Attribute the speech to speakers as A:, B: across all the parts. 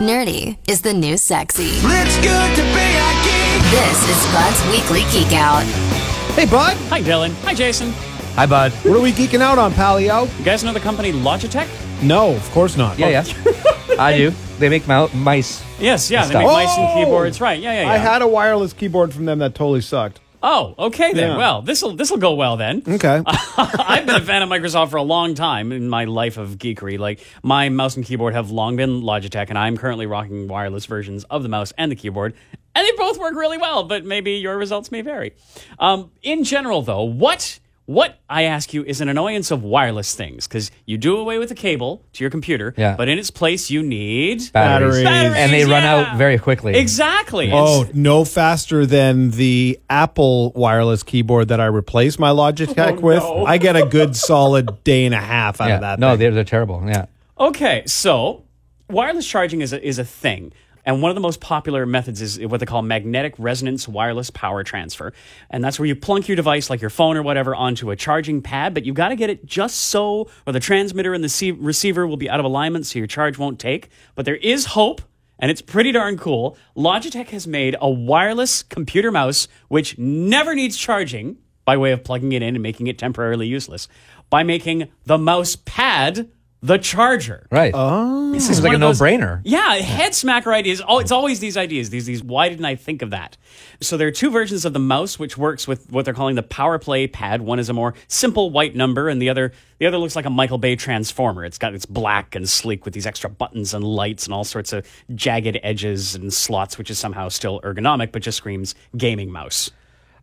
A: Nerdy is the new sexy.
B: It's good to be a geek.
A: This is Bud's Weekly Geek Out.
C: Hey, bud.
D: Hi, Dylan. Hi, Jason.
E: Hi, bud.
C: What are we geeking out on, Palio?
D: You guys know the company Logitech?
C: No, of course not.
E: Yeah, yeah. I do. They make mou- mice.
D: Yes, yeah, they
E: Stop.
D: make mice and
C: Oh!
D: keyboards. Right, yeah, yeah, yeah.
C: I had a wireless keyboard from them that totally sucked.
D: oh, okay then.
C: Yeah.
D: Well, this'll this'll go well then.
C: Okay.
D: I've been a fan of Microsoft for a long time in my life of geekery. Like my mouse and keyboard have long been Logitech, and I'm currently rocking wireless versions of the mouse and the keyboard, and they both work really well. But maybe your results may vary. Um, in general, though, what what I ask you is an annoyance of wireless things because you do away with the cable to your computer,
E: Yeah.
D: but in its place you need
C: Batteries.
D: Batteries,
E: And they run
D: yeah.
E: out very quickly.
D: Exactly.
C: oh,
D: It's-
C: no faster than the Apple wireless keyboard that I replaced my Logitech
D: Oh,
C: with.
D: no.
C: I get a good solid day and a half out
E: Yeah.
C: of that.
E: no,
C: thing.
E: they're, they're terrible. Yeah.
D: Okay, so wireless charging is a, is a thing. And one of the most popular methods is what they call magnetic resonance wireless power transfer. And that's where you plunk your device, like your phone or whatever, onto a charging pad, but you've got to get it just so, or the transmitter and the ce- receiver will be out of alignment so your charge won't take. But there is hope, and it's pretty darn cool. Logitech has made a wireless computer mouse which never needs charging by way of plugging it in and making it temporarily useless by making the mouse pad the charger.
E: Right. Oh. This is like
D: one
E: a
D: of
E: no
D: those-
E: brainer.
D: Yeah, head smacker ideas. Oh, it's always these ideas. These these. Why didn't I think of that? So there are two versions of the mouse, which works with what they're calling the Power Play pad. One is a more simple white number, and the other the other looks like a Michael Bay transformer. It's got it's black and sleek with these extra buttons and lights and all sorts of jagged edges and slots, which is somehow still ergonomic, but just screams gaming mouse.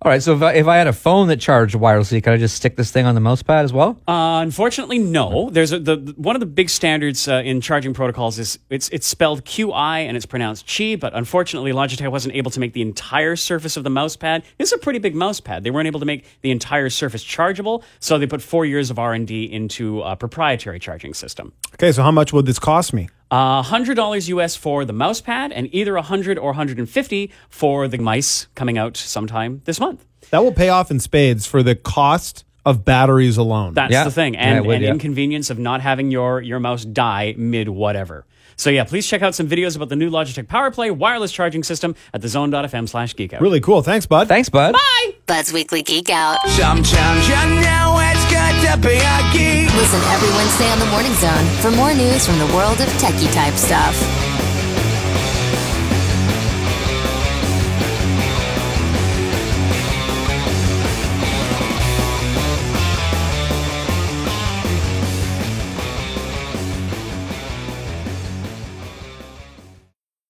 E: All right. So if I, if I had a phone that charged wirelessly, could I just stick this thing on the mouse pad as well?
D: Uh, unfortunately, no. There's a, the the- one of the big standards uh, in charging protocols is it's it's spelled QI and it's pronounced Qi. But unfortunately, Logitech wasn't able to make the entire surface of the mouse pad. This is a pretty big mouse pad. They weren't able to make the entire surface chargeable, so they put four years of R and D into a proprietary charging system.
C: okay, so how much would this cost me?
D: Uh, hundred dollars US for the mouse pad, and either a hundred or hundred and fifty for the mice coming out sometime this month.
C: That will pay off in spades for the cost of batteries alone.
D: That's
E: Um, Yeah.
D: the thing,
E: Yeah,
D: and,
E: it would,
D: and
E: yeah.
D: inconvenience of not having your your mouse die mid whatever. So yeah, please check out some videos about the new Logitech PowerPlay wireless charging system at thezone.fm slash geekout.
C: really cool. Thanks, bud.
E: Thanks, bud.
A: Bud's Weekly Geek Out.
B: Sometimes you know it's good to be a geek.
A: Listen every Wednesday on the Morning Zone for more news from the world of techie type stuff.